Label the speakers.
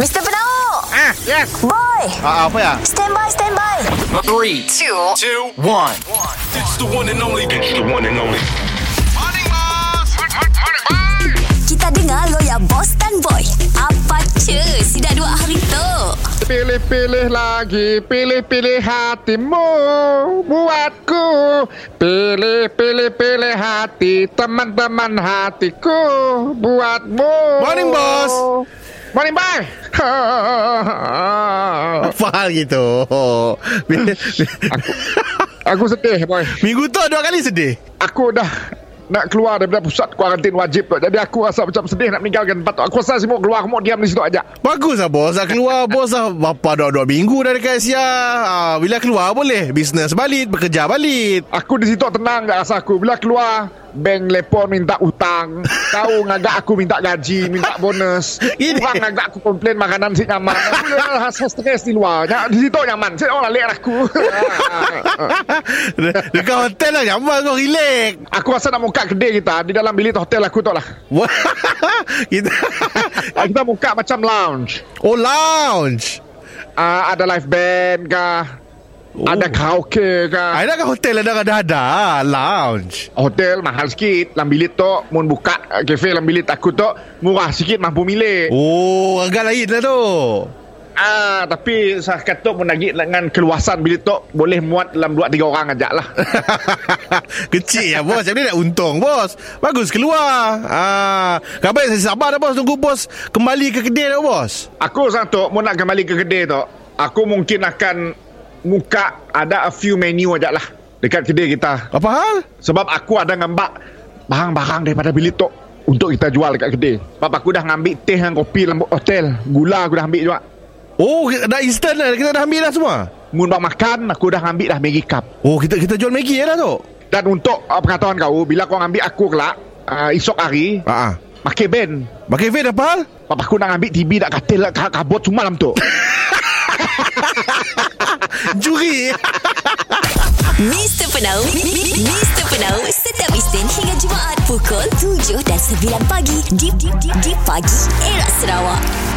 Speaker 1: Mr. Penau
Speaker 2: Ah, yes.
Speaker 1: Boy
Speaker 2: Ah, apa ya?
Speaker 1: Stand by, stand by
Speaker 3: Three, two, two, one.
Speaker 4: It's the one and only. It's the one and only.
Speaker 1: Kita dengar lo ya Boss dan Boy Apa cuy Si dah dua hari tu
Speaker 5: Pilih-pilih lagi, pilih-pilih hatimu buatku. Pilih-pilih-pilih hati, teman-teman hatiku buatmu.
Speaker 2: Morning, boss.
Speaker 5: Morning, bye.
Speaker 2: Apa hal gitu?
Speaker 5: Aku sedih, boy.
Speaker 2: Minggu tu dua kali sedih.
Speaker 5: Aku dah nak keluar daripada pusat kuarantin wajib tu. Jadi aku rasa macam sedih nak meninggalkan tempat tu. Aku rasa semua keluar, aku mau diam di situ aja.
Speaker 2: Bagus lah bos Dah keluar bos dah Berapa dah dua minggu dah dekat Asia ha, Bila keluar boleh Bisnes balik Bekerja balik
Speaker 5: Aku di situ tenang tak rasa aku Bila keluar Bank lepon minta utang Kau ngagak aku minta gaji Minta bonus
Speaker 2: Ini-
Speaker 5: Orang ngagak aku komplain Makanan si nyaman Aku dah rasa stres di luar Nya- Di situ nyaman Saya orang lalik aku
Speaker 2: De- Dekat hotel lah Nyaman kau relax
Speaker 5: Aku rasa nak muka kedai kita Di dalam bilik hotel aku tu lah Ah,
Speaker 2: Wah, Kita
Speaker 5: Kita muka macam lounge
Speaker 2: Oh lounge
Speaker 5: Ah, Ada live band kah Ada karaoke kah
Speaker 2: Aina kat hotel lah, ada ada ada Lounge
Speaker 5: Hotel mahal sikit Dalam bilik tu Mun buka ah, Cafe dalam bilik aku tu Murah sikit mampu milik
Speaker 2: Oh agak lain lah tu
Speaker 5: Ah, tapi saya kata pun lagi dengan keluasan bilik tu boleh muat dalam 2 3 orang ajak lah.
Speaker 2: Kecil ya bos Macam ni nak untung bos Bagus keluar ah, Kabar saya sabar dah bos Tunggu bos Kembali ke kedai dah bos
Speaker 5: Aku satu mau nak kembali ke kedai tu. Aku mungkin akan muka ada a few menu ajak lah dekat kedai kita.
Speaker 2: Apa hal?
Speaker 5: Sebab aku ada ngambak barang-barang daripada bilik tu untuk kita jual dekat kedai. Sebab aku dah ngambil teh dan kopi dalam hotel. Gula aku dah ambil juga.
Speaker 2: Oh dah instant dah Kita dah ambil dah semua
Speaker 5: Mun bang makan, aku dah ambil dah Maggi cup.
Speaker 2: Oh kita kita jual Maggi ya lah tu
Speaker 5: Dan untuk uh, pengetahuan kau, bila kau ambil aku kelak, uh, esok hari,
Speaker 2: Haa
Speaker 5: pakai band.
Speaker 2: Ha, Pakai vape apa hal?
Speaker 5: Papa aku nak ambil TV nak katil nak lah ka- kabut semua dalam tu.
Speaker 2: Juri
Speaker 1: Mr. Penau Mi- Mi- Mi- Mr. Penau Setiap Isnin hingga Jumaat Pukul 7 dan 9 pagi Di, di, di, di pagi Era Sarawak